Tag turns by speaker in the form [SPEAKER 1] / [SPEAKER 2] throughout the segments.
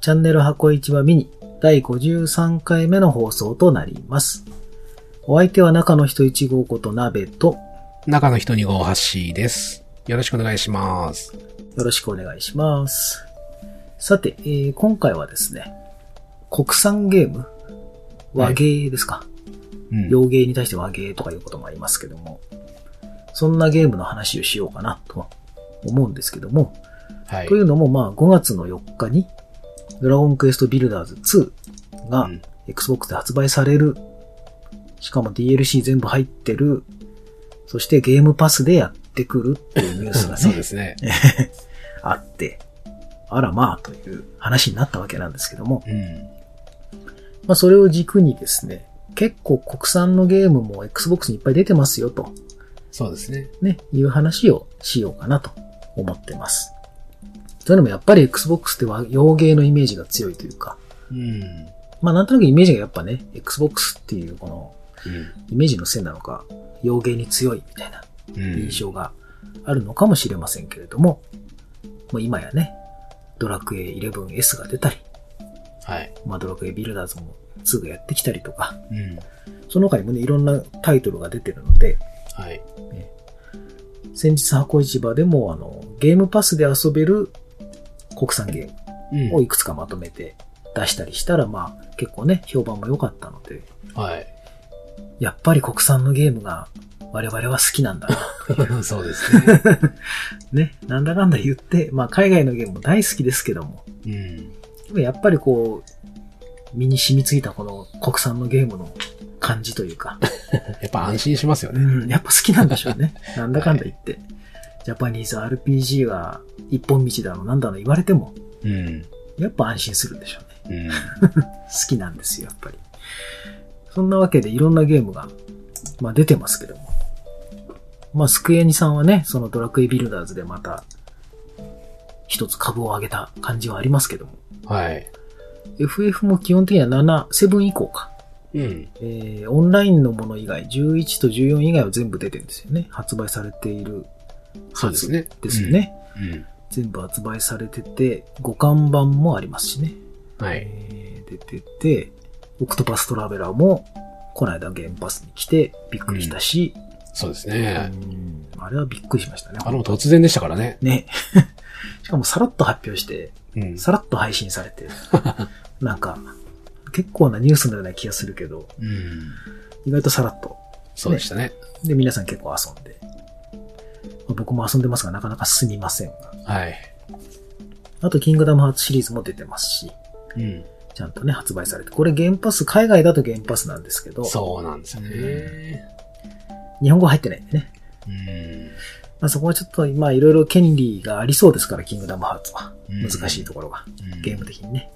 [SPEAKER 1] チャンネル箱市場ミニ第53回目の放送となります。お相手は中の人1号こと鍋と
[SPEAKER 2] 中の人に号橋です。よろしくお願いします。
[SPEAKER 1] よろしくお願いします。さて、えー今回はですね、国産ゲーム和芸ですか、
[SPEAKER 2] うん。
[SPEAKER 1] 洋芸に対して和芸とかいうこともありますけども、そんなゲームの話をしようかなと思うんですけども、
[SPEAKER 2] はい
[SPEAKER 1] とい。うのもまあ5月の4日に、ドラゴンクエストビルダーズ2
[SPEAKER 2] う
[SPEAKER 1] が
[SPEAKER 2] ん
[SPEAKER 1] Xbox で発売される、しかも DLC 全部入ってる、そしてゲームパスでやってくるっていうニュースが
[SPEAKER 2] そう
[SPEAKER 1] ね
[SPEAKER 2] で、すね。
[SPEAKER 1] あって、あらまあという話になったわけなんですけども、
[SPEAKER 2] うん。
[SPEAKER 1] まあそれを軸にですね、結構国産のゲームも Xbox にいっぱい出てますよと、
[SPEAKER 2] そうですね。
[SPEAKER 1] ね、いう話をしようかなと思ってます。というのもやっぱり Xbox っては洋芸のイメージが強いというか、
[SPEAKER 2] うん。
[SPEAKER 1] まあなんとなくイメージがやっぱね、Xbox っていうこの
[SPEAKER 2] う。
[SPEAKER 1] イメージのせいなのか、洋芸に強いみたいなん
[SPEAKER 2] うん。
[SPEAKER 1] 印象があるのかもしれませんけれども、もう今やね、ドラクエ 11S が出たり、
[SPEAKER 2] はい。
[SPEAKER 1] まあドラクエビルダーズも2がやってきたりとか、
[SPEAKER 2] うん。
[SPEAKER 1] その他にもね、いろんなタイトルが出てるので、
[SPEAKER 2] はい。
[SPEAKER 1] 先日箱市場でもあの、ゲームパスで遊べる国産ゲーム
[SPEAKER 2] うん
[SPEAKER 1] をいくつかまとめて出したりしたら、まあ結構ね、評判も良かったので、
[SPEAKER 2] はい。
[SPEAKER 1] やっぱり国産のゲームが我々は好きなんだ な。
[SPEAKER 2] そうですね。
[SPEAKER 1] ね、なんだかんだ言って、まあ海外のゲームも大好きですけども、
[SPEAKER 2] うん。
[SPEAKER 1] でもやっぱりこう、身に染みついたこの国産のゲームの感じというか、
[SPEAKER 2] やっぱ安心しますよ
[SPEAKER 1] う
[SPEAKER 2] ね。
[SPEAKER 1] ん、やっぱ好きなんでしょう ね。なんだかんだ言って。ジャパニーズ RPG は一本道だのなんだの言われても、
[SPEAKER 2] うん。
[SPEAKER 1] やっぱ安心するんでしょうね。
[SPEAKER 2] う
[SPEAKER 1] 好
[SPEAKER 2] ん。
[SPEAKER 1] きなんですよ、やっぱり。そんなわけでいろんなゲームが、まあ出てますけども。まあ、スクエニさんはね、そのドラクエビルダーズでまた、一つ株を上げた感じはありますけども。
[SPEAKER 2] はい。
[SPEAKER 1] FF も基本的には7、7以降か。
[SPEAKER 2] うん。
[SPEAKER 1] えー、オンラインのもの以外、11と14以外は全部出てるんですよね。発売されている
[SPEAKER 2] そうですね。
[SPEAKER 1] ですよね。。
[SPEAKER 2] うん。
[SPEAKER 1] 全部発売されてて、五巻版もありますしね。
[SPEAKER 2] はい。
[SPEAKER 1] えー出てて、オクトパストラベラーも、この間ゲームパスに来てびっくりしたし、
[SPEAKER 2] そうです
[SPEAKER 1] う
[SPEAKER 2] ね。
[SPEAKER 1] んあれはびっくりしましたね。
[SPEAKER 2] あれも突然でしたからね。
[SPEAKER 1] ね。 しかもさらっと発表して、
[SPEAKER 2] うん。
[SPEAKER 1] さらっと配信されて、なんか、結構なニュースのような気がするけど、
[SPEAKER 2] うん。
[SPEAKER 1] 意外とさらっと。
[SPEAKER 2] そうでしたね。
[SPEAKER 1] で、皆さん結構遊んで。まあ僕も遊んでますが、なかなか進みませんが。
[SPEAKER 2] はい。
[SPEAKER 1] あと、キングダムハーツシリーズも出てますし、
[SPEAKER 2] うん。
[SPEAKER 1] ちゃんとね、発売されて。これ、ゲームパス、海外だとゲームパスなんですけど、
[SPEAKER 2] そうなんですよね。
[SPEAKER 1] 日本語入ってないんでね。
[SPEAKER 2] うん。
[SPEAKER 1] まあ、そこはちょっと、まあ、いろいろ権利がありそうですから、キングダムハーツは。
[SPEAKER 2] うん
[SPEAKER 1] 難しいところが、
[SPEAKER 2] うん
[SPEAKER 1] ゲーム的にね。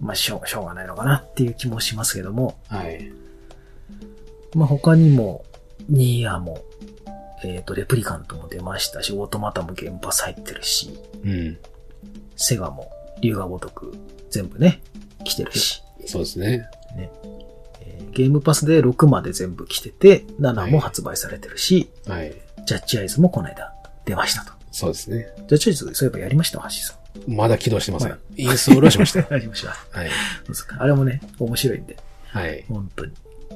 [SPEAKER 1] まあ、しょう、しょうがないのかなっていう気もしますけども、
[SPEAKER 2] はい。
[SPEAKER 1] まあ、他にも、ニーヤも、えっ、と、レプリカントも出ましたし、オートマタもゲームパス入ってるし、
[SPEAKER 2] うん。
[SPEAKER 1] セガも、竜が如く、全部ね、来てるし、
[SPEAKER 2] そうですね。
[SPEAKER 1] えーゲームパスで6まで全部来てて、7も発売されてるし、
[SPEAKER 2] はい。
[SPEAKER 1] ジャッジアイズもこの間出ましたと。
[SPEAKER 2] そうですね。
[SPEAKER 1] ジャッジアイズ、そういえばやりました橋さん。
[SPEAKER 2] まだ起動してません。
[SPEAKER 1] は
[SPEAKER 2] インストールはしましたよ。
[SPEAKER 1] やりました。
[SPEAKER 2] はい。
[SPEAKER 1] そうですかあれもね、面白いんで、
[SPEAKER 2] はい。
[SPEAKER 1] 本当に。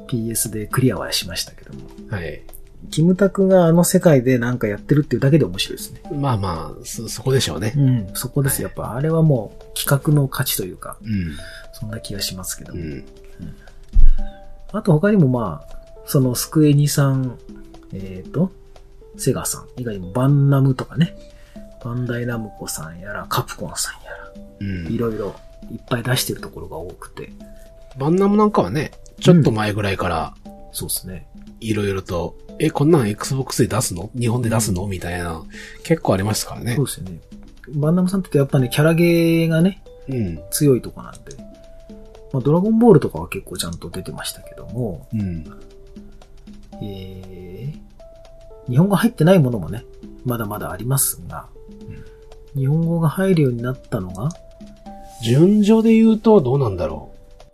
[SPEAKER 1] PS でクリアはしましたけども。
[SPEAKER 2] はい。
[SPEAKER 1] キムタクがあの世界でなんかやってるっていうだけで面白いですね。
[SPEAKER 2] まあまあ、そ、そこでしょうね。
[SPEAKER 1] うん、そこです。やっぱあれはもう企画の価値というか、
[SPEAKER 2] うん。
[SPEAKER 1] そんな気がしますけど
[SPEAKER 2] う
[SPEAKER 1] も。
[SPEAKER 2] ん。
[SPEAKER 1] あと他にもまあ、そのスクエニさん、えっ、と、セガさん以外にもバンナムとかね、バンダイナムコさんやら、カプコンさんやら、
[SPEAKER 2] う
[SPEAKER 1] い
[SPEAKER 2] ん。
[SPEAKER 1] ろいろいっぱい出してるところが多くて、
[SPEAKER 2] バンナムなんかはね、ちょっと前ぐらいから、
[SPEAKER 1] そうですね。
[SPEAKER 2] いろいろと、え、こんなん Xbox で出すの日本で出すのみたいな、結構ありましたからね
[SPEAKER 1] そう。ですよね。バンナムさんってやっぱね、キャラゲーがね、
[SPEAKER 2] うん。
[SPEAKER 1] 強いとこなんで、まあ、ドラゴンボールとかは結構ちゃんと出てましたけども、
[SPEAKER 2] うん。
[SPEAKER 1] えー、日本語入ってないものもね、まだまだありますが、日本語が入るようになったのが、
[SPEAKER 2] 順序で言うとどうなんだろ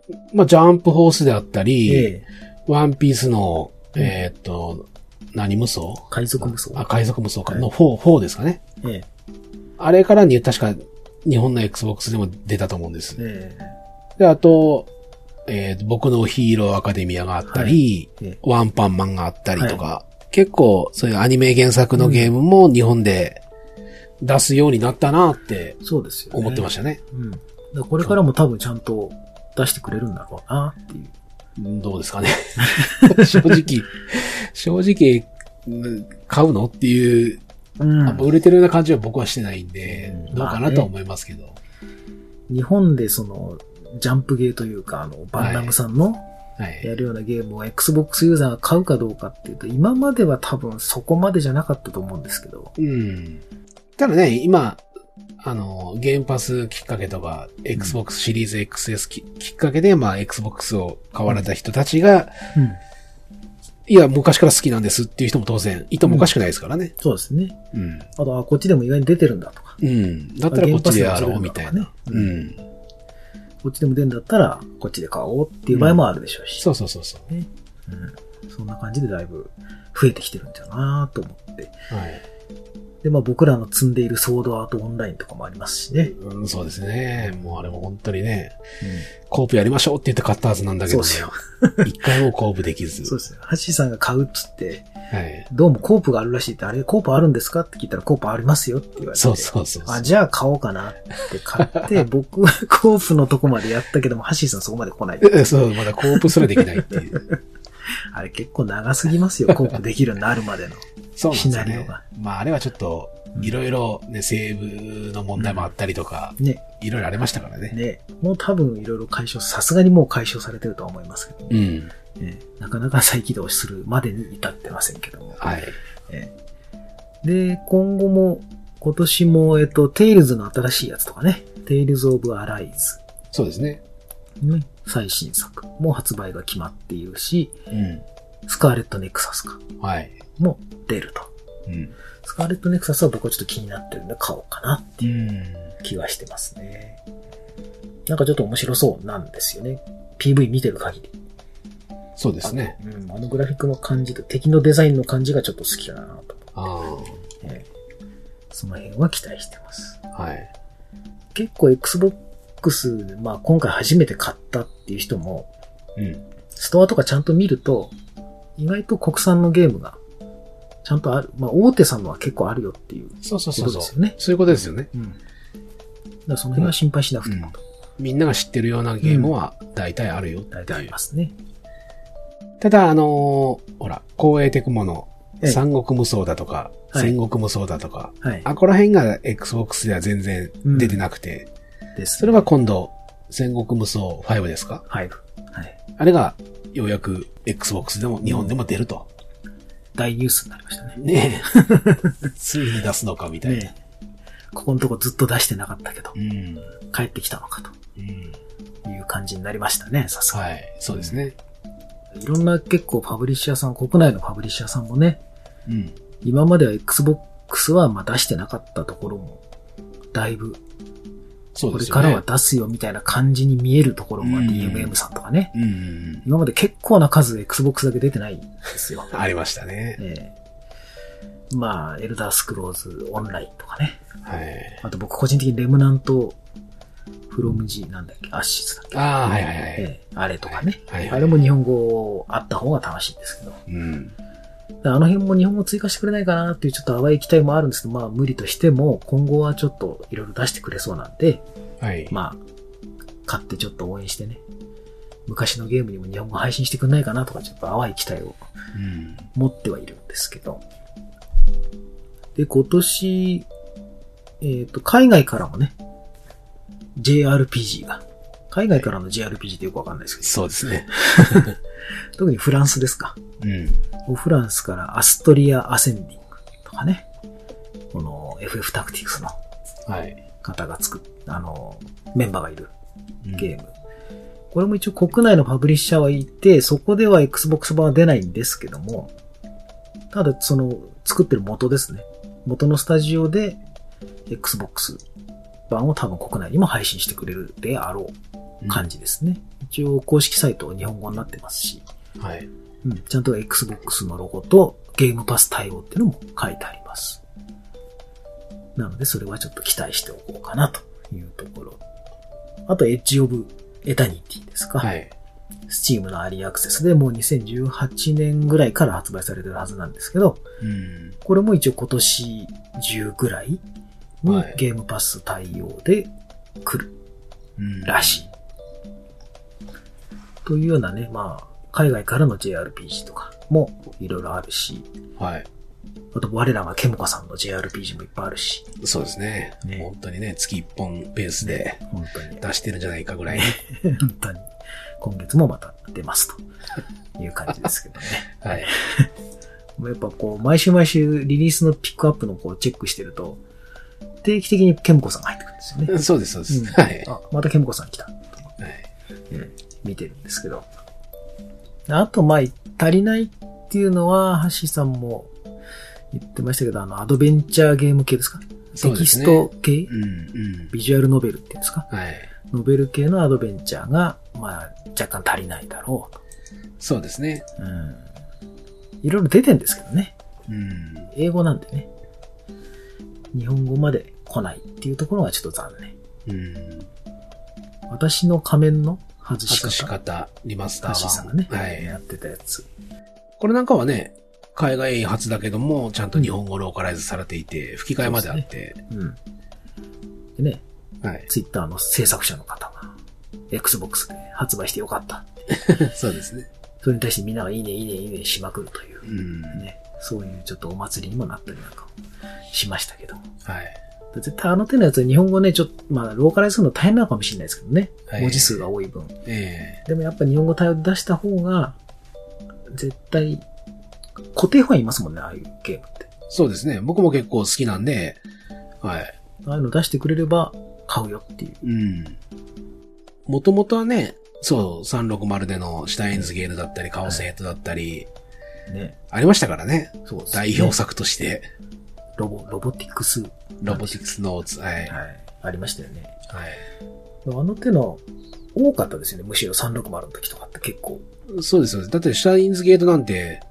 [SPEAKER 2] う。まあ、ジャンプホースであったり、
[SPEAKER 1] え
[SPEAKER 2] ワンピースの、
[SPEAKER 1] うん
[SPEAKER 2] えーっと、何無双
[SPEAKER 1] ー海賊無双。
[SPEAKER 2] あ、海賊無双か。
[SPEAKER 1] はい
[SPEAKER 2] の4、4ですかね。
[SPEAKER 1] ええ
[SPEAKER 2] あれからに、確か、日本の Xbox でも出たと思うんです。
[SPEAKER 1] え
[SPEAKER 2] で、あと、えー僕のヒーローアカデミアがあったり、
[SPEAKER 1] はいえ
[SPEAKER 2] ワンパンマンがあったりとか、結構そういうアニメ原作のゲームも日本で出すようになったなって
[SPEAKER 1] えそうですよ、ね。
[SPEAKER 2] 思ってましたね。
[SPEAKER 1] うん。だからこれからも多分ちゃんと出してくれるんだろうなっていう。
[SPEAKER 2] どうですかね。 正直、正直、うん買うのっていう、
[SPEAKER 1] うん
[SPEAKER 2] あんま売れてるような感じは僕はしてないんで、
[SPEAKER 1] うん
[SPEAKER 2] どうかなとは思いますけど。
[SPEAKER 1] 日本でその、ジャンプゲーというか、あの、バンダムさんの
[SPEAKER 2] はい。
[SPEAKER 1] やるようなゲームを Xbox ユーザーが買うかどうかっていうと、今までは多分そこまでじゃなかったと思うんですけど。
[SPEAKER 2] うん。ただね、今、あの、ゲームパスきっかけとか、Xbox シリーズ XS ききっかけで、まあ、Xbox を買われた人たちが、
[SPEAKER 1] うん。
[SPEAKER 2] いや、昔から好きなんですっていう人も当然、いてもおかしくないですからね。
[SPEAKER 1] そうですね。
[SPEAKER 2] うん。
[SPEAKER 1] あと、あ、こっちでも意外に出てるんだとか。
[SPEAKER 2] うん。だったらこっちでやろ
[SPEAKER 1] ゲー
[SPEAKER 2] う、
[SPEAKER 1] ム
[SPEAKER 2] み
[SPEAKER 1] パ
[SPEAKER 2] た
[SPEAKER 1] ス
[SPEAKER 2] い
[SPEAKER 1] でも
[SPEAKER 2] な。
[SPEAKER 1] それ
[SPEAKER 2] う
[SPEAKER 1] でもいいのかね
[SPEAKER 2] ん。
[SPEAKER 1] こっちでも出るんだったら、こっちで買おうっていう場合もあるでしょうし。
[SPEAKER 2] そうそうそうそ
[SPEAKER 1] うん。そんな感じでだいぶ増えてきてるんだなと思って。
[SPEAKER 2] う。はい。
[SPEAKER 1] で、まあ僕らの積んでいるソードアートオンラインとかもありますしね。
[SPEAKER 2] うん、そうですね。もうあれも本当にね、コープやりましょうって言って買ったはずなんだけ
[SPEAKER 1] そう
[SPEAKER 2] ど、
[SPEAKER 1] ですよ。
[SPEAKER 2] 一回もコープできず。
[SPEAKER 1] そうですよ。ハッシーさんが買うっつって、
[SPEAKER 2] はい。
[SPEAKER 1] どうもコープがあるらしいって、あれコープあるんですかって聞いたらコープありますよって言われて。
[SPEAKER 2] そうそうそうそう
[SPEAKER 1] あ、。じゃあ買おうかなって買って、 僕はコープのとこまでやったけども、ハッシーさんそこまで来ない。
[SPEAKER 2] えそう、まだコープすらできないっていう。
[SPEAKER 1] あれ結構長すぎますよ、コープできるようになるまでの。
[SPEAKER 2] そうなんですよ
[SPEAKER 1] シナリオ
[SPEAKER 2] ね
[SPEAKER 1] が。
[SPEAKER 2] まあ、あれはちょっと、いろいろね、セーブの問題もあったりとか、
[SPEAKER 1] ね、
[SPEAKER 2] いろいろありましたからね。
[SPEAKER 1] ね、もう多分いろいろ解消、さすがにもう解消されてるとは思いますけど、
[SPEAKER 2] うん。
[SPEAKER 1] ね、なかなか再起動するまでに至ってませんけども。
[SPEAKER 2] はい。
[SPEAKER 1] で、今後も、今年も、えっと、テイルズの新しいやつとかね、テイルズ・オブ・アライズ
[SPEAKER 2] そうですね。
[SPEAKER 1] の最新作も発売が決まっているし、
[SPEAKER 2] う
[SPEAKER 1] スカーレット・ネクサスか
[SPEAKER 2] ん。はい。
[SPEAKER 1] も出ると。
[SPEAKER 2] うん。
[SPEAKER 1] スカーレット・ネクサスは僕はちょっと気になってるんで買おうかなって
[SPEAKER 2] う。
[SPEAKER 1] いうん気がしてますね。なんかちょっと面白そうなんですよね。PV 見てる限り。
[SPEAKER 2] そうですね。
[SPEAKER 1] あのうん、あのグラフィックの感じと敵のデザインの感じがちょっと好きだなと
[SPEAKER 2] あ
[SPEAKER 1] 思って、その辺は期待してます。
[SPEAKER 2] あ。はい。
[SPEAKER 1] 結構 Xbox、まあ今回初めて買ったっていう人も、
[SPEAKER 2] うん。
[SPEAKER 1] ストアとかちゃんと見ると、意外と国産のゲームが、ちゃんとある。まあ大手さんのは結構あるよっていう。
[SPEAKER 2] そうそうそうそう。
[SPEAKER 1] そうですよね
[SPEAKER 2] そういうことですよね。
[SPEAKER 1] うん。だからその辺は心配しなくても、
[SPEAKER 2] みんなが知ってるようなゲームは大体あるよって
[SPEAKER 1] 大体あ
[SPEAKER 2] い
[SPEAKER 1] り
[SPEAKER 2] う
[SPEAKER 1] ま。すね。
[SPEAKER 2] ただ、あのーほら、光栄テクモの
[SPEAKER 1] ええ
[SPEAKER 2] 三国無双だとか、
[SPEAKER 1] はい
[SPEAKER 2] 戦国無双だとか、
[SPEAKER 1] はい。
[SPEAKER 2] あこら辺が Xbox では全然出てなくて、
[SPEAKER 1] です。
[SPEAKER 2] それは今度、戦国無双5ですか
[SPEAKER 1] 5。はい。
[SPEAKER 2] あれが、ようやく Xbox でも日本でも出ると。
[SPEAKER 1] 大ニュースになりましたね。
[SPEAKER 2] ね え。ついに出すのかみたいな。
[SPEAKER 1] ねえここのとこずっと出してなかったけど、
[SPEAKER 2] うん。
[SPEAKER 1] 帰ってきたのか
[SPEAKER 2] うん。
[SPEAKER 1] という感じになりましたね、さすが
[SPEAKER 2] はい。そうですね。
[SPEAKER 1] に。いろんな結構パブリッシャーさん、国内のパブリッシャーさんもね、
[SPEAKER 2] うん。
[SPEAKER 1] 今までは Xbox はまあ出してなかったところも、だいぶ、
[SPEAKER 2] そう
[SPEAKER 1] こ
[SPEAKER 2] で
[SPEAKER 1] れ
[SPEAKER 2] すよ
[SPEAKER 1] か
[SPEAKER 2] ね。
[SPEAKER 1] らは出すよみたいな感じに見えるところも
[SPEAKER 2] うん
[SPEAKER 1] DMM さんとかね、
[SPEAKER 2] うんうん。
[SPEAKER 1] 今まで結構な数 Xbox だけ出てないんです よ
[SPEAKER 2] うん。ありましたね。
[SPEAKER 1] ええまあ、エルダースクローズオンラインとかね。
[SPEAKER 2] はい。
[SPEAKER 1] あと僕個人的にレムナント、フロムジなんだっけ、アッシスだっけ。
[SPEAKER 2] ああ、はいはいは
[SPEAKER 1] え
[SPEAKER 2] い。
[SPEAKER 1] えあれとかね。
[SPEAKER 2] はい
[SPEAKER 1] あれも日本語あった方が楽しいんですけど。
[SPEAKER 2] うん。
[SPEAKER 1] あの辺も日本語追加してくれないかなっていうちょっと淡い期待もあるんですけど、まあ無理としても今後はちょっといろいろ出してくれそうなんで、
[SPEAKER 2] はい。
[SPEAKER 1] まあ、買ってちょっと応援してね。昔のゲームにも日本語配信してくれないかなとかちょっと淡い期待を
[SPEAKER 2] うん。
[SPEAKER 1] 持ってはいるんですけど。で、今年、えっ、と、海外からもね、JRPG が、海外からの JRPG ってよくわかんないですけど、
[SPEAKER 2] そうですね。
[SPEAKER 1] 特にフランスですか。
[SPEAKER 2] うん。
[SPEAKER 1] フランスからアストリア・アセンディングとかね、この FF タクティクスの
[SPEAKER 2] はい。
[SPEAKER 1] 方が作っあの、メンバーがいる
[SPEAKER 2] うん
[SPEAKER 1] ゲーム。これも一応国内のパブリッシャーはいて、そこでは Xbox 版は出ないんですけども、ただその作ってる元ですね。元のスタジオで Xbox 版を多分国内にも配信してくれるであろう感じですね。一応公式サイトは日本語になってますし、
[SPEAKER 2] はい。
[SPEAKER 1] うん、ちゃんと Xbox のロゴとゲームパス対応っていうのも書いてあります。なので、それはちょっと期待しておこうかなというところ。あと、エッジオブエタニティですか。
[SPEAKER 2] はい。
[SPEAKER 1] スチームのアリーアクセスでもう2018年ぐらいから発売されてるはずなんですけど、
[SPEAKER 2] うん。
[SPEAKER 1] これも一応今年中ぐらいに
[SPEAKER 2] はい
[SPEAKER 1] ゲームパス対応で来る
[SPEAKER 2] うん
[SPEAKER 1] らしい。というようなね、まあ、海外からの JRPG とかもいろいろあるし、
[SPEAKER 2] はい。
[SPEAKER 1] あと我らがケモカさんの JRPG もいっぱいあるし、
[SPEAKER 2] そうですね。
[SPEAKER 1] ね
[SPEAKER 2] 本当にね、月1本ペースで
[SPEAKER 1] 本当に、
[SPEAKER 2] 出してるんじゃないかぐらい。
[SPEAKER 1] 本当に、今月もまた出ますという感じですけどね。
[SPEAKER 2] はい。
[SPEAKER 1] やっぱこう、毎週毎週リリースのピックアップのこうチェックしてると、定期的にケムコさんが入ってくるんですよね。
[SPEAKER 2] そうです、そうです。
[SPEAKER 1] うん
[SPEAKER 2] はい。は
[SPEAKER 1] あ、またケムコさん来た。
[SPEAKER 2] い。
[SPEAKER 1] 見てるんですけど。あと、まあ、足りないっていうのは、ハッシーさんも言ってましたけど、あの、アドベンチャーゲーム系ですか
[SPEAKER 2] そ
[SPEAKER 1] テ
[SPEAKER 2] う
[SPEAKER 1] キ
[SPEAKER 2] です
[SPEAKER 1] ス
[SPEAKER 2] ね
[SPEAKER 1] ト系
[SPEAKER 2] うん、うん。
[SPEAKER 1] ビジュアルノベルっていうんですか
[SPEAKER 2] はい。
[SPEAKER 1] ノベル系のアドベンチャーが、まあ、若干足りないだろう
[SPEAKER 2] そうですね。
[SPEAKER 1] と。うん。いろいろ出てんですけどね。
[SPEAKER 2] うん。
[SPEAKER 1] 英語なんでね。日本語まで来ないっていうところがちょっと残念。
[SPEAKER 2] うん。
[SPEAKER 1] 私の仮面の外し
[SPEAKER 2] 外し
[SPEAKER 1] 方。
[SPEAKER 2] 方、リマスタ
[SPEAKER 1] ハッシーさん
[SPEAKER 2] ー
[SPEAKER 1] が
[SPEAKER 2] 版。
[SPEAKER 1] ね、
[SPEAKER 2] はい。
[SPEAKER 1] やってたやつ。
[SPEAKER 2] これなんかはね、海外初だけども、ちゃんと日本語ローカライズされていて、吹き替えまであって。
[SPEAKER 1] うん。でね、
[SPEAKER 2] はい。
[SPEAKER 1] ツイッターの制作者の方が、Xbox で発売してよかった。
[SPEAKER 2] そうですね。
[SPEAKER 1] それに対してみんながいいね、いいね、いいねしまくるという
[SPEAKER 2] う、ん。
[SPEAKER 1] ね。そういうちょっとお祭りにもなったりなんかもしましたけど。
[SPEAKER 2] はい。
[SPEAKER 1] 絶対あの手のやつは日本語ね、ちょっと、まあ、ローカライズするの大変なのかもしれないですけどね。
[SPEAKER 2] はい
[SPEAKER 1] 文字数が多い分。
[SPEAKER 2] え
[SPEAKER 1] でもやっぱ日本語対応で出した方が、絶対、固定ファンいますもんね、ああいうゲームって。
[SPEAKER 2] えそうですね。僕も結構好きなんで、はい。
[SPEAKER 1] ああいうの出してくれれば買うよっていう。
[SPEAKER 2] うん。もともとはね、そう、360でのシュタインズゲールだったり、カオスヘッドだったり、
[SPEAKER 1] ね。
[SPEAKER 2] ありましたからね。
[SPEAKER 1] そうですね
[SPEAKER 2] 代表作として、
[SPEAKER 1] ロボ、ロボティクス。
[SPEAKER 2] ロボティクスノーツ。はい。はい。
[SPEAKER 1] はい。ありましたよね。でもあの手の、多かったですよね。むしろ360の時とかって結構。
[SPEAKER 2] そうですよ。だって、シュタインズゲートなんて、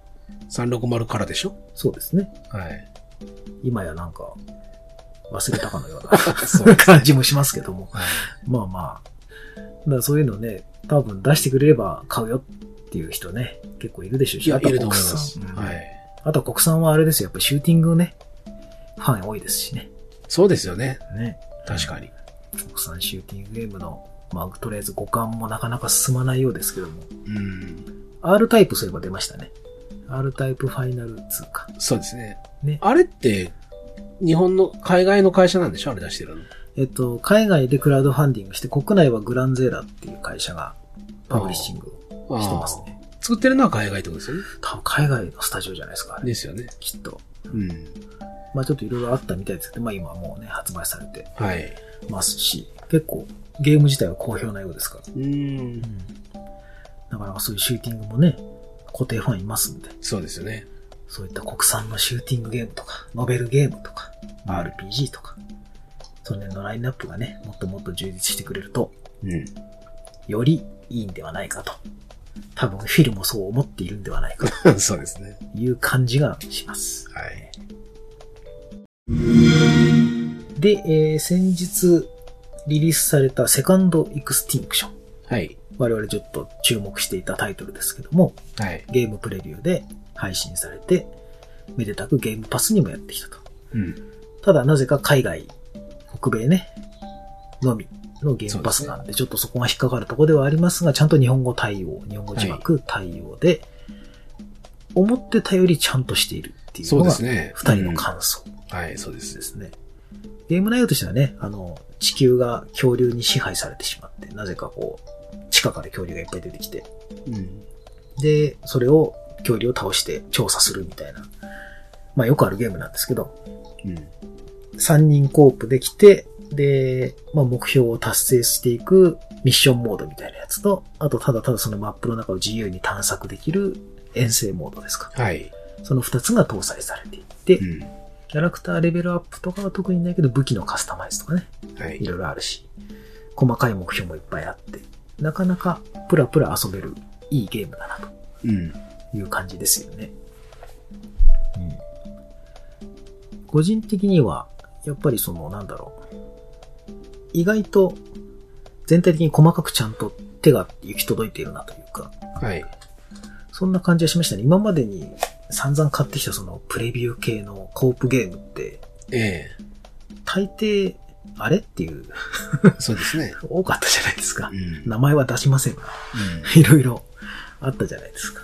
[SPEAKER 2] 360からでしょ
[SPEAKER 1] そうですね。
[SPEAKER 2] はい。
[SPEAKER 1] 今やなんか、忘れたかのよう
[SPEAKER 2] そう
[SPEAKER 1] な感じもしますけども。
[SPEAKER 2] はい
[SPEAKER 1] まあまあ。だからそういうのね、多分出してくれれば買うよっていう人ね、結構いるでしょう
[SPEAKER 2] い
[SPEAKER 1] し。
[SPEAKER 2] や、
[SPEAKER 1] あ
[SPEAKER 2] いる
[SPEAKER 1] は
[SPEAKER 2] と思いま
[SPEAKER 1] 国産
[SPEAKER 2] す。
[SPEAKER 1] うん
[SPEAKER 2] はい。
[SPEAKER 1] あとは国産はあれですよ。やっぱシューティングね、ファン多いですしね。
[SPEAKER 2] そうですよね。
[SPEAKER 1] ね。
[SPEAKER 2] 確かに。
[SPEAKER 1] 国産シューティングゲームの、まあ、とりあえず五感もなかなか進まないようですけども。
[SPEAKER 2] うん。
[SPEAKER 1] R タイプそういえば出ましたね。R タイプファイナル2か。
[SPEAKER 2] そうですね。
[SPEAKER 1] ね。
[SPEAKER 2] あれって、日本の、海外の会社なんでしょあれ出してるの。
[SPEAKER 1] えっと、海外でクラウドファンディングして、国内はグランゼーラっていう会社がパブリッシングをしてますね。
[SPEAKER 2] あー作ってるのは海外ってことですよね。
[SPEAKER 1] 多分海外のスタジオじゃないですか、あれ
[SPEAKER 2] ですよね。
[SPEAKER 1] きっと。
[SPEAKER 2] うん。
[SPEAKER 1] まあちょっといろいろあったみたいですけど、まあ今はもうね、発売されて
[SPEAKER 2] はい。
[SPEAKER 1] ますし、結構ゲーム自体は好評なようですから。
[SPEAKER 2] うん。
[SPEAKER 1] なかなかそういうシューティングもね、固定ファンいますんで、
[SPEAKER 2] そうですよね。
[SPEAKER 1] そういった国産のシューティングゲームとか、ノベルゲームとか、RPG とか、その辺のラインナップがね、もっともっと充実してくれると、
[SPEAKER 2] うん。
[SPEAKER 1] よりいいんではないかと。多分フィルもそう思っているんではないかと
[SPEAKER 2] そうですね。
[SPEAKER 1] いう感じがします。
[SPEAKER 2] はい。
[SPEAKER 1] で、えー先日リリースされたセカンドエクスティンクション。
[SPEAKER 2] はい。
[SPEAKER 1] 我々ちょっと注目していたタイトルですけども、
[SPEAKER 2] はい。
[SPEAKER 1] ゲームプレビューで配信されて、めでたくゲームパスにもやってきたと。
[SPEAKER 2] うん。
[SPEAKER 1] ただなぜか海外、北米ね、のみのゲームパスなんで、ちょっとそこが引っかかるところではありますが、ちゃんと日本語対応、日本語字幕対応で、思ってたよりちゃんとしているっていう
[SPEAKER 2] そ
[SPEAKER 1] の
[SPEAKER 2] うで
[SPEAKER 1] が、
[SPEAKER 2] すね。
[SPEAKER 1] 二人の感想
[SPEAKER 2] うんはい、そうです
[SPEAKER 1] で。すね。ゲーム内容としてはね、あの、地球が恐竜に支配されてしまって、なぜかこう、地下から恐竜がいっぱい出てきて、
[SPEAKER 2] うん。
[SPEAKER 1] で、それを、恐竜を倒して調査するみたいな。まあよくあるゲームなんですけど、
[SPEAKER 2] うん。
[SPEAKER 1] 3人コープできて、で、まあ、目標を達成していくミッションモードみたいなやつと、あとただただそのマップの中を自由に探索できる遠征モードですか。
[SPEAKER 2] はい。
[SPEAKER 1] その2つが搭載されていて、
[SPEAKER 2] うん。
[SPEAKER 1] キャラクターレベルアップとかは特にないけど、武器のカスタマイズとかね、
[SPEAKER 2] はいい。
[SPEAKER 1] ろいろあるし、細かい目標もいっぱいあって、なかなかプラプラ遊べるいいゲームだなと。
[SPEAKER 2] うん。
[SPEAKER 1] いう感じですよね。個人的には、やっぱりその、なんだろう。意外と全体的に細かくちゃんと手が行き届いているなというか、
[SPEAKER 2] はい。
[SPEAKER 1] そんな感じはしましたね。今までに散々買ってきたそのプレビュー系のコープゲームって、
[SPEAKER 2] え え。
[SPEAKER 1] 大抵、あれっていう、
[SPEAKER 2] そうですね。
[SPEAKER 1] 多かったじゃないですか
[SPEAKER 2] う。ん。
[SPEAKER 1] 名前は出しませんが、
[SPEAKER 2] うん
[SPEAKER 1] いろいろあったじゃないですか。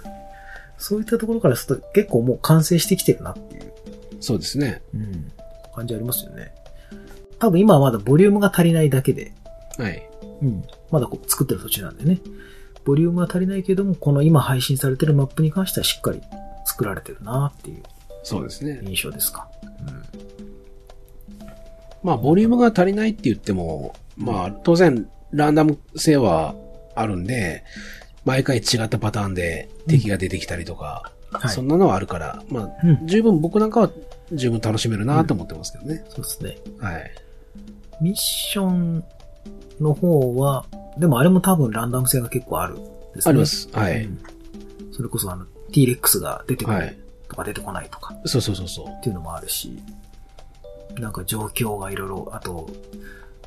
[SPEAKER 1] そういったところからすると結構もう完成してきてるなっていう、
[SPEAKER 2] そうですね。
[SPEAKER 1] うん、感じありますよね。多分今はまだボリュームが足りないだけで、
[SPEAKER 2] はい。
[SPEAKER 1] うん、まだこう作ってる途中なんでね。ボリュームは足りないけども、この今配信されてるマップに関してはしっかり作られてるなっていう
[SPEAKER 2] そうですね。
[SPEAKER 1] 印象ですか。
[SPEAKER 2] まあ、ボリュームが足りないって言っても、まあ、当然、ランダム性はあるんで、毎回違ったパターンで敵が出てきたりとか、
[SPEAKER 1] はい
[SPEAKER 2] そんなのはあるから、まあ、
[SPEAKER 1] うん。
[SPEAKER 2] 十分、僕なんかは十分楽しめるなと思ってますけどね。
[SPEAKER 1] そうですね。
[SPEAKER 2] はい。
[SPEAKER 1] ミッションの方は、でもあれも多分ランダム性が結構あるんですね。
[SPEAKER 2] ありま。す。は
[SPEAKER 1] う
[SPEAKER 2] い。
[SPEAKER 1] んそれこそあの、T-Rex が出てく
[SPEAKER 2] は
[SPEAKER 1] る
[SPEAKER 2] い。
[SPEAKER 1] とか出てこないとか
[SPEAKER 2] そうそうそうそう。
[SPEAKER 1] っていうのもあるし、なんか状況がいろいろ、あと、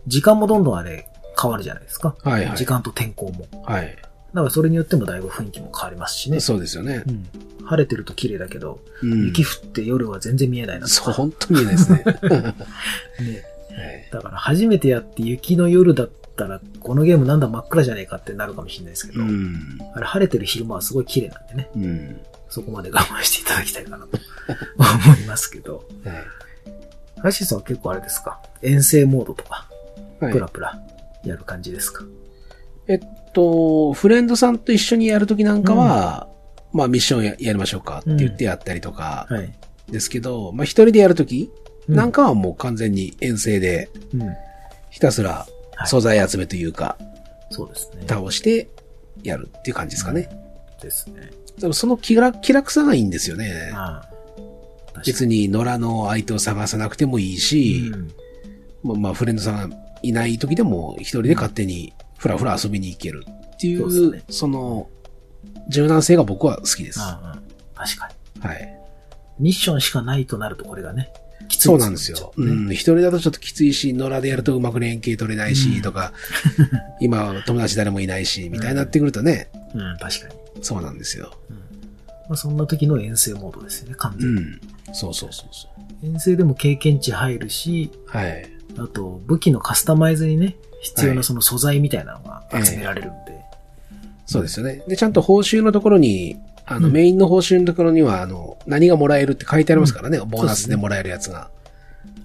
[SPEAKER 1] 時間もどんどんあれ変わるじゃないですか。
[SPEAKER 2] はいはい
[SPEAKER 1] 時間と天候も。
[SPEAKER 2] はい。
[SPEAKER 1] だからそれによってもだいぶ雰囲気も変わりますしね。
[SPEAKER 2] そうですよね
[SPEAKER 1] う。ん。晴れてると綺麗だけど、
[SPEAKER 2] うん
[SPEAKER 1] 雪降って夜は全然見えないなと
[SPEAKER 2] そ
[SPEAKER 1] か。
[SPEAKER 2] う、本当に見えないです
[SPEAKER 1] ね
[SPEAKER 2] ね。はい
[SPEAKER 1] だから初めてやって雪の夜だったら、このゲームなんだ真っ暗じゃねえかってなるかもしれないですけど、
[SPEAKER 2] うん。
[SPEAKER 1] あれ晴れてる昼間はすごい綺麗なんでね、
[SPEAKER 2] うん。
[SPEAKER 1] そこまで我慢していただきたいか なと思いますけど、
[SPEAKER 2] はい
[SPEAKER 1] ハシさんは結構あれですか遠征モードとか、
[SPEAKER 2] はい
[SPEAKER 1] プラプラやる感じですか、
[SPEAKER 2] えっと、フレンドさんと一緒にやるときなんかは、まあミッションややりましょうかって言ってやったりとか
[SPEAKER 1] はい。
[SPEAKER 2] ですけど、まあ一人でやるとき
[SPEAKER 1] うん
[SPEAKER 2] なん、かはもう完全に遠征で
[SPEAKER 1] うん。
[SPEAKER 2] ひたすら
[SPEAKER 1] はい
[SPEAKER 2] 素材集めというか、
[SPEAKER 1] そうですね。
[SPEAKER 2] 倒してやるっていう感じですかね。
[SPEAKER 1] うん。ですね。
[SPEAKER 2] でもその気楽気楽さがいいんですよね。
[SPEAKER 1] ああ
[SPEAKER 2] 別に野良の相手を探さなくてもいいし、
[SPEAKER 1] うん
[SPEAKER 2] まあまあフレンドさんがいない時でも一人で勝手にふらふら遊びに行けるっていう、
[SPEAKER 1] そう
[SPEAKER 2] そ
[SPEAKER 1] ですね
[SPEAKER 2] の柔軟性が僕は好きです。は
[SPEAKER 1] ああ確かに。
[SPEAKER 2] い。
[SPEAKER 1] ミッションしかないとなるとこれがね、きつい
[SPEAKER 2] そうなんですよ。
[SPEAKER 1] ね
[SPEAKER 2] うん。一人だとちょっときついし、野良でやるとうまく連携取れない
[SPEAKER 1] うん
[SPEAKER 2] し、とか、今友達誰もいないし、みたいになってくるとね、
[SPEAKER 1] うん、確かに。
[SPEAKER 2] そうなんですよ。
[SPEAKER 1] うんまあ、そんな時の遠征モードですよね、完
[SPEAKER 2] う
[SPEAKER 1] 全に。
[SPEAKER 2] ん。そうそうそうそう。
[SPEAKER 1] 遠征でも経験値入るし、
[SPEAKER 2] はい。
[SPEAKER 1] あと武器のカスタマイズにね、必要
[SPEAKER 2] は
[SPEAKER 1] ないその素材みたいなのが集められるんで。
[SPEAKER 2] そうですよね。で、ちゃんと報酬のところに、あの、
[SPEAKER 1] うん
[SPEAKER 2] メインの報酬のところには、あの、何がもらえるって書いてありますからね、ボーナスでもらえるやつが。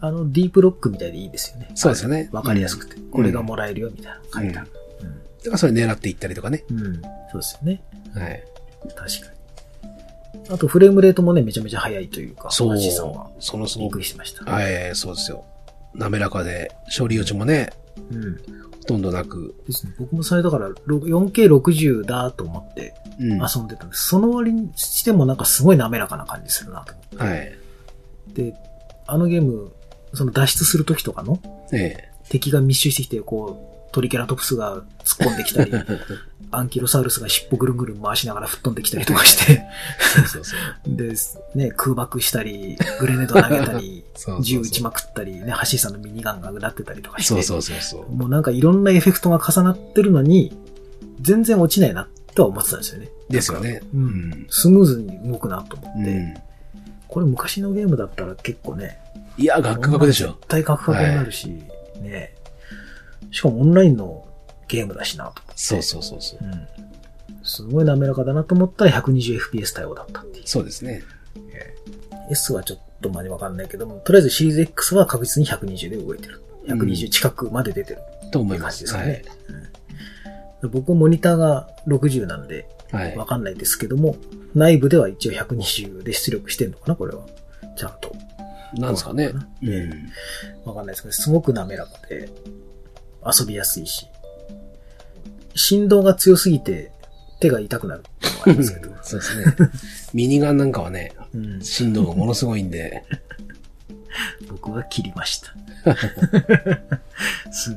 [SPEAKER 1] あの、ディープロックみたいでいいですよね。
[SPEAKER 2] そうですよね
[SPEAKER 1] あれわかりやすくて、これがもらえるよみたいなの書いてある。
[SPEAKER 2] だからそれ狙っていったりとかね。
[SPEAKER 1] うん。うんそうですよね。
[SPEAKER 2] はい。
[SPEAKER 1] 確かに。あとフレームレートもね、めちゃめちゃ早いというか、
[SPEAKER 2] そう
[SPEAKER 1] 足さんは。
[SPEAKER 2] そのす
[SPEAKER 1] びっ
[SPEAKER 2] ご
[SPEAKER 1] く
[SPEAKER 2] く
[SPEAKER 1] り。してました。
[SPEAKER 2] はい、そうですよ。滑らかで、勝利余地もね、
[SPEAKER 1] うん。
[SPEAKER 2] ほとんどなく。
[SPEAKER 1] ですね。僕もそれだから、ろ 4K60 だと思って
[SPEAKER 2] うん。は
[SPEAKER 1] 遊んでたんです。その割にしてもなんかすごい滑らかな感じするなと思って。
[SPEAKER 2] い。
[SPEAKER 1] で、あのゲーム、その脱出する時とかの
[SPEAKER 2] え
[SPEAKER 1] 敵が密集してきて、こう、トリケラトプスが突っ込んできたり
[SPEAKER 2] え。、
[SPEAKER 1] アンキロサウルスが尻尾ぐるんぐるん回しながら吹っ飛んできたりとか して、
[SPEAKER 2] そうそうそう。
[SPEAKER 1] で、ね、空爆したり、グレネード投げたり
[SPEAKER 2] そうそうそ、う
[SPEAKER 1] 銃撃ちまくったり、ね、ハシーさんのミニガンがうだってたりとかして、
[SPEAKER 2] そうそうそうそう。
[SPEAKER 1] もうなんかいろんなエフェクトが重なってるのに、全然落ちないなとは思ってたんですよね。
[SPEAKER 2] ですよね。
[SPEAKER 1] うんスムーズに動くなと思
[SPEAKER 2] う
[SPEAKER 1] って、
[SPEAKER 2] ん。
[SPEAKER 1] これ昔のゲームだったら結構ね、
[SPEAKER 2] いや、ガクガクでしょ。
[SPEAKER 1] 絶対カクカクになるし、ね。しかもオンラインのゲームだしなと思って。
[SPEAKER 2] そうそうそうそう。
[SPEAKER 1] うん。すごい滑らかだなと思ったら 120fps 対応だったっていう。
[SPEAKER 2] そうですね。
[SPEAKER 1] S はちょっとまでわかんないけども、とりあえずシリーズ X は確実に120で動いてる。120近くまで出てる
[SPEAKER 2] と
[SPEAKER 1] っ
[SPEAKER 2] 思
[SPEAKER 1] て
[SPEAKER 2] い
[SPEAKER 1] 感
[SPEAKER 2] ま
[SPEAKER 1] じ
[SPEAKER 2] す。
[SPEAKER 1] ですかね。うん、僕モニターが60なんで
[SPEAKER 2] はい。はい
[SPEAKER 1] わ。かんないですけども、内部では一応120で出力してんのかなこれは。ちゃんと。
[SPEAKER 2] なんですかね。うん。
[SPEAKER 1] わかんないですけど、すごく滑らかで、遊びやすいし、振動が強すぎて手が痛くなるっていうのはありますけど、
[SPEAKER 2] そうですね。 ミニガンなんかはね、
[SPEAKER 1] うん、
[SPEAKER 2] 振動がものすごいんで。
[SPEAKER 1] 僕は切りました。 す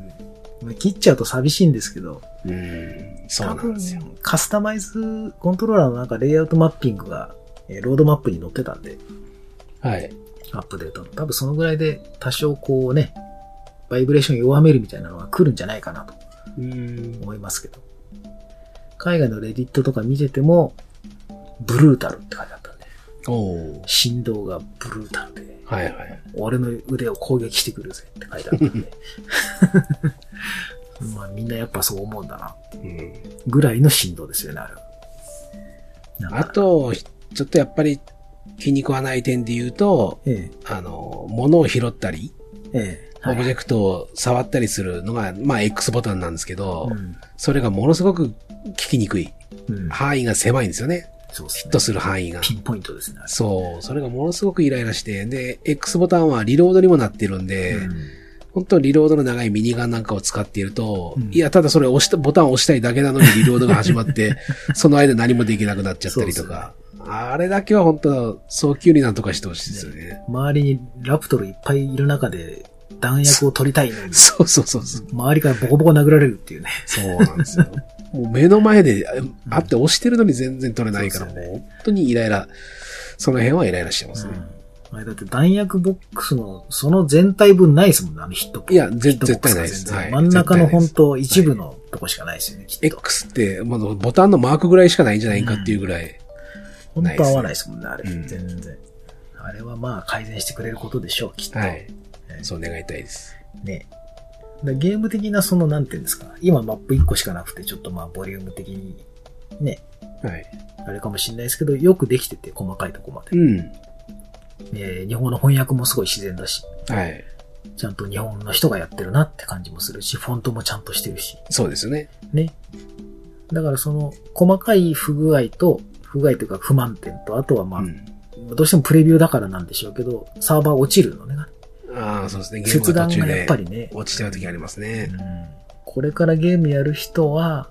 [SPEAKER 1] ぐに切っちゃうと寂しいんですけど、
[SPEAKER 2] うん。そう
[SPEAKER 1] 多
[SPEAKER 2] なん
[SPEAKER 1] 分
[SPEAKER 2] ですよ。
[SPEAKER 1] カスタマイズコントローラーのなんかレイアウトマッピングが、えーロードマップに載ってたんで、
[SPEAKER 2] はい。
[SPEAKER 1] アップデートの。多分そのぐらいで多少こうね、バイブレーション弱めるみたいなのが来るんじゃないかなと
[SPEAKER 2] うん。
[SPEAKER 1] 思いますけど。海外のレディットとか見てても、ブルータルって書いてあったんで、
[SPEAKER 2] おー
[SPEAKER 1] 振動がブルータルで、
[SPEAKER 2] はいはい。
[SPEAKER 1] 俺の腕を攻撃してくるぜって書いてあったんで。 まあみんなやっぱそう思うんだな。
[SPEAKER 2] うん。
[SPEAKER 1] ぐらいの振動ですよね、あれは。なんか
[SPEAKER 2] あ、と、ちょっとやっぱり気に食わない点で言うと、
[SPEAKER 1] え
[SPEAKER 2] あの、物を拾ったり、
[SPEAKER 1] え、ええ、
[SPEAKER 2] オブジ
[SPEAKER 1] ェ
[SPEAKER 2] ェクトを触ったりするのが、まあ X ボタンなんですけど、
[SPEAKER 1] うん。
[SPEAKER 2] それがものすごく聞きにくい。
[SPEAKER 1] うん、
[SPEAKER 2] 範囲が狭いんですよね。
[SPEAKER 1] そうです
[SPEAKER 2] ヒッ
[SPEAKER 1] ね
[SPEAKER 2] ト。する範囲が。
[SPEAKER 1] ピンポイントですね、あれ
[SPEAKER 2] そう。それがものすごくイライラして、で、X ボタンはリロードにもなってるんで、
[SPEAKER 1] うん
[SPEAKER 2] 本当にリロードの長いミニガンなんかを使っていると、
[SPEAKER 1] うん
[SPEAKER 2] いや、ただそれ押した、ボタンを押したいだけなのにリロードが始ま って、その間何もできなくなっちゃったりとか。あれだけは本当、早急になんとかしてほしいですよね。
[SPEAKER 1] 周りにラプトルいっぱいいる中で弾薬を取りたいのに、
[SPEAKER 2] そうそうそうそう。
[SPEAKER 1] 周りからボコボコ殴られるっていうね。
[SPEAKER 2] そうなんですよ。もう目の前でああって押してるのに全然取れないから、
[SPEAKER 1] そう
[SPEAKER 2] も
[SPEAKER 1] です
[SPEAKER 2] う
[SPEAKER 1] よ
[SPEAKER 2] 本当にイライラ、その辺はイライラしてますね。
[SPEAKER 1] うん、あれだって弾薬ボックスのその全体分ないですもんね、あのヒット
[SPEAKER 2] いや、ぜ
[SPEAKER 1] ヒットボッ
[SPEAKER 2] 絶
[SPEAKER 1] クス
[SPEAKER 2] 対
[SPEAKER 1] が
[SPEAKER 2] ないです。
[SPEAKER 1] 全然
[SPEAKER 2] はい、
[SPEAKER 1] 真ん中の
[SPEAKER 2] 絶対ない
[SPEAKER 1] 本
[SPEAKER 2] です
[SPEAKER 1] 当一部のとこしかないですよね、きっと。
[SPEAKER 2] X って、まだボタンのマークぐらいしかないんじゃないかっていうぐらい。
[SPEAKER 1] 本
[SPEAKER 2] ない
[SPEAKER 1] 当
[SPEAKER 2] です
[SPEAKER 1] 合
[SPEAKER 2] ね
[SPEAKER 1] わないですもんね、あれ。
[SPEAKER 2] うん
[SPEAKER 1] 全然。あれはまあ改善してくれることでしょう、きっと。
[SPEAKER 2] はい。
[SPEAKER 1] ええ
[SPEAKER 2] そう願いたいです。
[SPEAKER 1] ね。だゲーム的なその、なんていうんですか。今マップ1個しかなくて、ちょっとまあボリューム的に、ね、
[SPEAKER 2] はい。
[SPEAKER 1] あれかもしれないですけど、よくできてて、細かいとこまで
[SPEAKER 2] う。ん。
[SPEAKER 1] えー日本の翻訳もすごい自然だし、
[SPEAKER 2] はい。
[SPEAKER 1] ちゃんと日本の人がやってるなって感じもするし、フォントもちゃんとしてるし、
[SPEAKER 2] そうですよね。
[SPEAKER 1] ね。だからその、細かい不具合と、不具合というか不満点と、あとはまあ、
[SPEAKER 2] うん。
[SPEAKER 1] どうしてもプレビューだからなんでしょうけど、サーバー落ちるのね。
[SPEAKER 2] ああ、そうですね。ゲー
[SPEAKER 1] 切
[SPEAKER 2] ムが
[SPEAKER 1] 断
[SPEAKER 2] 途中
[SPEAKER 1] がやっ
[SPEAKER 2] で
[SPEAKER 1] ぱりね。
[SPEAKER 2] 落ちちゃう時ありますね。
[SPEAKER 1] これからゲームやる人は、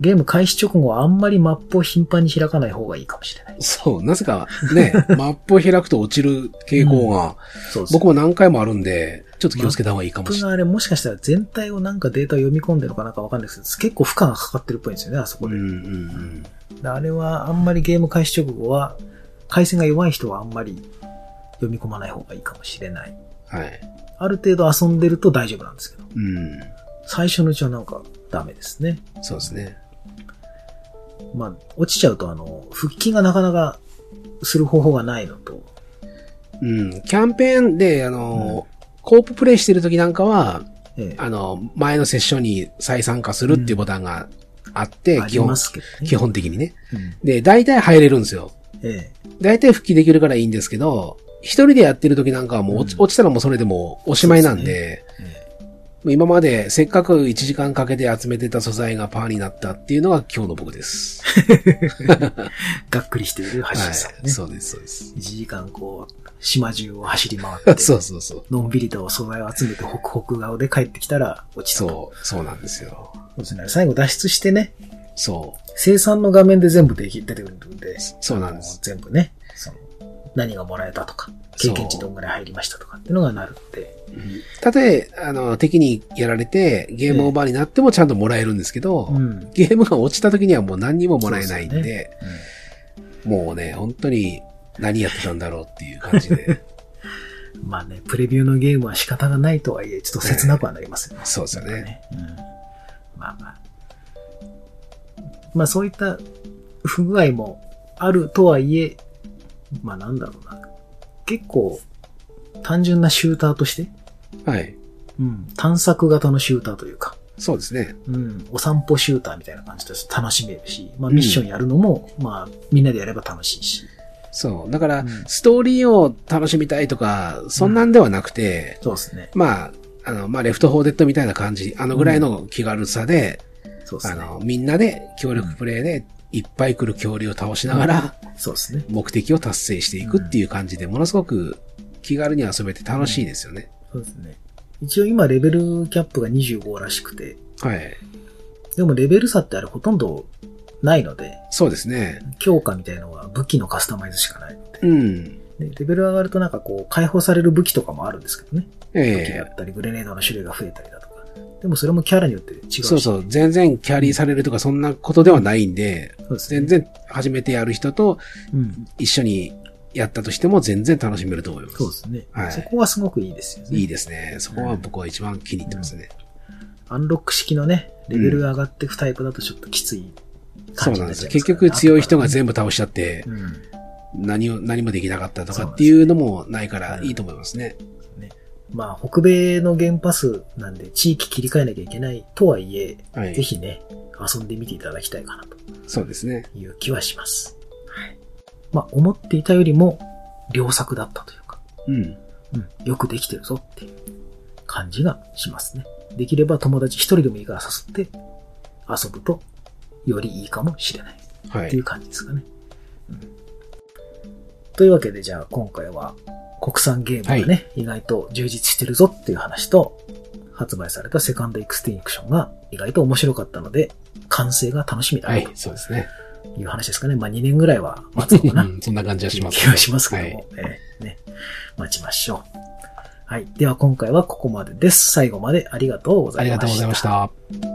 [SPEAKER 1] ゲーム開始直後はあんまりマップを頻繁に開かない方がいいかもしれない。
[SPEAKER 2] そう。なぜか ね、マップを開くと落ちる傾向が、
[SPEAKER 1] そう
[SPEAKER 2] 僕
[SPEAKER 1] マ
[SPEAKER 2] も何回もあるんで、ちょっと気をつけた方がいいかも
[SPEAKER 1] ップ
[SPEAKER 2] しれない。
[SPEAKER 1] があれもしかしたら全体をなんかデータを読み込んでるのかなんかわかんないですけど、結構負荷がかかってるっぽいんですよね、あそこ
[SPEAKER 2] うん
[SPEAKER 1] で。
[SPEAKER 2] うんうん。
[SPEAKER 1] であれはあんまりゲーム開始直後は、回線が弱い人はあんまり読み込まない方がいいかもしれない。
[SPEAKER 2] はい。
[SPEAKER 1] ある程度遊んでると大丈夫なんですけど、
[SPEAKER 2] うん。
[SPEAKER 1] 最初のうちはなんかダメですね。
[SPEAKER 2] そうですね。
[SPEAKER 1] まあ、落ちちゃうとあの、復帰がなかなかする方法がないのと、
[SPEAKER 2] うん。キャンペーンで、あの、コーププレイしてる時なんかは、
[SPEAKER 1] ええ、
[SPEAKER 2] あの、前のセッションに再参加するっていうボタンがあって、
[SPEAKER 1] あ
[SPEAKER 2] 基
[SPEAKER 1] り
[SPEAKER 2] 本
[SPEAKER 1] ま、すけどね。
[SPEAKER 2] 基本的にね。
[SPEAKER 1] うん。
[SPEAKER 2] で、大体入れるんですよ。
[SPEAKER 1] え
[SPEAKER 2] 大体復帰できるからいいんですけど、一人でやってる時なんかはもう落ち,、
[SPEAKER 1] うん
[SPEAKER 2] 落ちたらもうそれでもうおしまいなん
[SPEAKER 1] そう
[SPEAKER 2] で、
[SPEAKER 1] ええ
[SPEAKER 2] 今までせっかく1時間かけて集めてた素材がパーになったっていうのが今日の僕です。
[SPEAKER 1] えがっくりしている橋
[SPEAKER 2] は
[SPEAKER 1] さ
[SPEAKER 2] い。
[SPEAKER 1] んね。
[SPEAKER 2] そうです、そうです。
[SPEAKER 1] 1時間こう、島中を走り回って、
[SPEAKER 2] そうそうそう。
[SPEAKER 1] のんびりと素材を集めてホクホク顔で帰ってきたら落ちたと
[SPEAKER 2] そう、そうなんですよ。
[SPEAKER 1] そうですね。最後脱出してね、
[SPEAKER 2] そう、
[SPEAKER 1] 生産の画面で全部でき出てくるんで、
[SPEAKER 2] そうなんです。
[SPEAKER 1] 全部ね、その、何がもらえたとか、経験値
[SPEAKER 2] そう
[SPEAKER 1] どんぐらい入りましたとかっていうのがなるので、
[SPEAKER 2] たとえ、あの、敵にやられて、ゲームオーバーになってもちゃんともらえるんですけど、
[SPEAKER 1] うん。
[SPEAKER 2] ゲームが落ちた時にはもう何にももらえないんで、
[SPEAKER 1] そうです
[SPEAKER 2] もうね、本当に何やってたんだろうっていう感じで、
[SPEAKER 1] まあね、プレビューのゲームは仕方がないとはいえ、ちょっと切なくはなりますよね。
[SPEAKER 2] そうですよね。
[SPEAKER 1] うん。まあまあ。まあそういった不具合もあるとはいえ、まあなんだろうな。結構単純なシューターとして、
[SPEAKER 2] はい。
[SPEAKER 1] うん、探索型のシューターというか、
[SPEAKER 2] そうですね。
[SPEAKER 1] うん、お散歩シューターみたいな感じとして楽しめるし、まあミッションやるのも、まあみんなでやれば楽しいし。
[SPEAKER 2] そう。だから、
[SPEAKER 1] うん
[SPEAKER 2] ストーリーを楽しみたいとか、そんなんではなくて、
[SPEAKER 1] そうですね。
[SPEAKER 2] まあ、あの、まあ、レフトフォーデッドみたいな感じ、あのぐらいの気軽さで、
[SPEAKER 1] そうです
[SPEAKER 2] あ
[SPEAKER 1] ね。
[SPEAKER 2] の、みんなで協力プレイで、いっぱい来る恐竜を倒しながら、
[SPEAKER 1] そうですね。
[SPEAKER 2] 目的を達成していくっていう感じで、ものすごく気軽に遊べて楽しいですよね。
[SPEAKER 1] そうですね。一応今レベルキャップが25らしくて、
[SPEAKER 2] はい。
[SPEAKER 1] でもレベル差ってあれほとんどないので、
[SPEAKER 2] そうですね。
[SPEAKER 1] 強化みたいのは武器のカスタマイズしかないので、
[SPEAKER 2] うん。
[SPEAKER 1] でレベル上がるとなんかこう解放される武器とかもあるんですけどね。武器
[SPEAKER 2] え
[SPEAKER 1] だ
[SPEAKER 2] え
[SPEAKER 1] ったりグレネードの種類が増えたりだとか。でもそれもキャラによって違うし。
[SPEAKER 2] そうそう。全然キャリーされるとかそんなことではないんで、
[SPEAKER 1] そうですね。
[SPEAKER 2] 全然初めてやる人と
[SPEAKER 1] うん。
[SPEAKER 2] 一緒にやったとしても全然楽しめると思います。
[SPEAKER 1] そうですね。
[SPEAKER 2] はい
[SPEAKER 1] そこはすごくいいですよね。
[SPEAKER 2] いいですね。そこは僕は一番気に入ってますね。
[SPEAKER 1] アンロック式のね、レベルが上がっていくタイプだとちょっときつい
[SPEAKER 2] そ
[SPEAKER 1] 感
[SPEAKER 2] う
[SPEAKER 1] じ
[SPEAKER 2] な
[SPEAKER 1] に
[SPEAKER 2] ん
[SPEAKER 1] な
[SPEAKER 2] で
[SPEAKER 1] っちゃ
[SPEAKER 2] す
[SPEAKER 1] いますからね
[SPEAKER 2] よ。結局強い人が全部倒しちゃって、
[SPEAKER 1] うん。
[SPEAKER 2] 何を、何もできなかったとかっていうのもないからいいと思いますね。
[SPEAKER 1] まあ、北米の原発なんで地域切り替えなきゃいけないとはいえ、
[SPEAKER 2] は
[SPEAKER 1] ぜ
[SPEAKER 2] い。
[SPEAKER 1] ひね、遊んでみていただきたいかなと
[SPEAKER 2] そうですね。
[SPEAKER 1] いう気はします。はい。まあ、思っていたよりも良作だったというか、
[SPEAKER 2] うん。
[SPEAKER 1] うん、よくできてるぞっていう感じがしますね。できれば友達一人でもいいから誘って遊ぶとよりいいかもしれない。
[SPEAKER 2] は
[SPEAKER 1] ってい
[SPEAKER 2] い。
[SPEAKER 1] う感じですかね。うんというわけで、じゃあ今回は国産ゲームがね、
[SPEAKER 2] は
[SPEAKER 1] 意外と充実してるぞっていう話と、発売されたセカンドエクスティンクションが意外と面白かったので、完成が楽しみだ
[SPEAKER 2] は
[SPEAKER 1] ないと。
[SPEAKER 2] そうですね。
[SPEAKER 1] いう話ですかね。まあ2年ぐらいは待つのかな。
[SPEAKER 2] うんそんな感じはします。
[SPEAKER 1] 気がしますけ
[SPEAKER 2] は
[SPEAKER 1] ど
[SPEAKER 2] い
[SPEAKER 1] も、えーね、待ちましょう。はい。では今回はここまでです。最後までありがとうござ
[SPEAKER 2] あ
[SPEAKER 1] い
[SPEAKER 2] り
[SPEAKER 1] ま
[SPEAKER 2] が
[SPEAKER 1] した。
[SPEAKER 2] とうございました。